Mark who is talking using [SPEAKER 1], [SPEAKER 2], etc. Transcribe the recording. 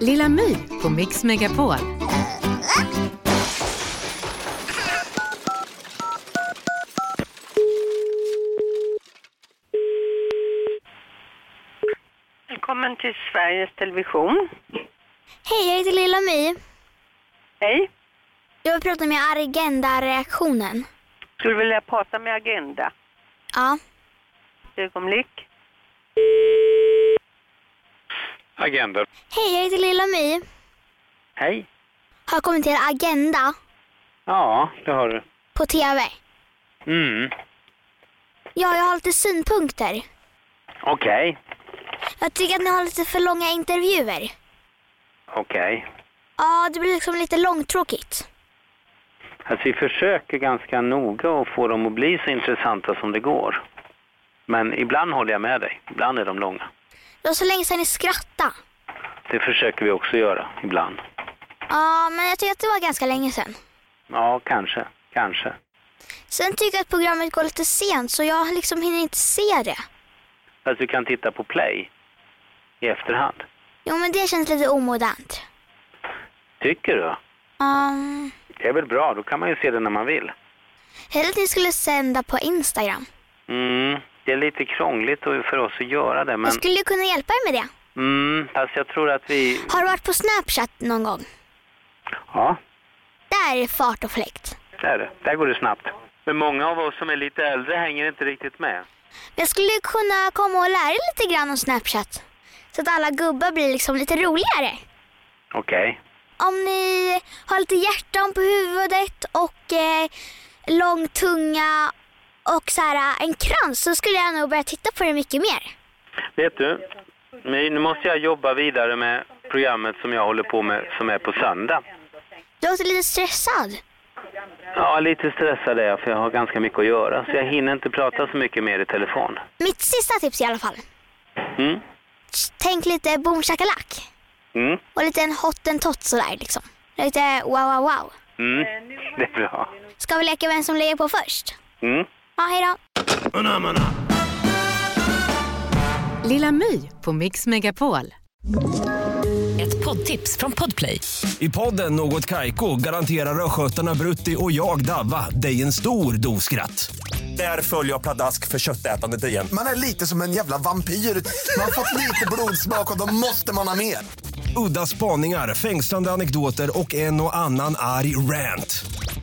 [SPEAKER 1] Lilla My på Mix Megapol.
[SPEAKER 2] Välkommen till Sveriges Television.
[SPEAKER 3] Hej, jag heter Lilla My.
[SPEAKER 2] Hej.
[SPEAKER 3] Jag vill prata med Agenda-reaktionen.
[SPEAKER 2] Skulle vilja prata med Agenda.
[SPEAKER 3] Ja.
[SPEAKER 2] Ett ögonblick.
[SPEAKER 4] Agenda.
[SPEAKER 3] Hej, jag heter Lilla My.
[SPEAKER 4] Hej.
[SPEAKER 3] Har kommit till Agenda
[SPEAKER 4] Ja, det har du.
[SPEAKER 3] på TV.
[SPEAKER 4] Mm.
[SPEAKER 3] Ja, jag har lite synpunkter.
[SPEAKER 4] Okej.
[SPEAKER 3] Jag tycker att ni har lite för långa intervjuer.
[SPEAKER 4] Okej.
[SPEAKER 3] Ja, det blir liksom lite långtråkigt.
[SPEAKER 4] Alltså vi försöker ganska noga att få dem att bli så intressanta som det går. Men ibland håller jag med dig. Ibland är de långa.
[SPEAKER 3] Det var så länge sedan ni skrattade.
[SPEAKER 4] Det försöker vi också göra, ibland.
[SPEAKER 3] Ja, men jag tycker att det var ganska länge sedan.
[SPEAKER 4] Ja, kanske. Kanske.
[SPEAKER 3] Sen tycker jag att programmet går lite sent så jag liksom hinner inte se det.
[SPEAKER 4] Fast du kan titta på play i efterhand.
[SPEAKER 3] Jo, men det känns lite omodernt.
[SPEAKER 4] Tycker du?
[SPEAKER 3] Um,
[SPEAKER 4] Det är väl bra, då kan man ju se det när man vill.
[SPEAKER 3] hellre att ni skulle sända på Instagram.
[SPEAKER 4] Mm, det är lite krångligt för oss att göra det, men...
[SPEAKER 3] Jag skulle ju kunna hjälpa er med det.
[SPEAKER 4] Mm, fast jag tror att vi...
[SPEAKER 3] Har du varit på Snapchat någon gång?
[SPEAKER 4] Ja,
[SPEAKER 3] Där är det fart och fläkt.
[SPEAKER 4] där, är det. där går det snabbt. Men många av oss som är lite äldre hänger inte riktigt med.
[SPEAKER 3] Jag skulle ju kunna komma och lära er lite grann om Snapchat. Så att alla gubbar blir liksom lite roligare.
[SPEAKER 4] Okej.
[SPEAKER 3] Om ni har lite hjärtan på huvudet och eh, lång tunga och så här, eh, en krans så skulle jag nog börja titta på det mycket mer.
[SPEAKER 4] Vet du, My, nu måste jag jobba vidare med programmet som jag håller på med som är på söndag.
[SPEAKER 3] Du låter lite stressad.
[SPEAKER 4] Ja, lite stressad är jag för jag har ganska mycket att göra så jag hinner inte prata så mycket mer i telefon.
[SPEAKER 3] Mitt sista tips i alla fall.
[SPEAKER 4] Mm.
[SPEAKER 3] Tänk lite boom shakalak
[SPEAKER 4] Mm.
[SPEAKER 3] och lite en hottentott sådär liksom. Lite wow wow wow.
[SPEAKER 4] Mm. Det är bra.
[SPEAKER 3] Ska vi leka vem som lägger på först?
[SPEAKER 4] Mm.
[SPEAKER 3] Ja, hej då.
[SPEAKER 1] Lilla My på Mix Megapol.
[SPEAKER 5] Ett poddtips från Podplay.
[SPEAKER 6] I podden Något Kaiko garanterar östgötarna Brutti och jag, Davva, dig en stor dos skratt. Där följer jag pladask för köttätandet igen.
[SPEAKER 7] Man är lite som en jävla vampyr. Man har fått lite blodsmak och då måste man ha mer.
[SPEAKER 6] Udda spaningar, fängslande anekdoter och en och annan arg rant.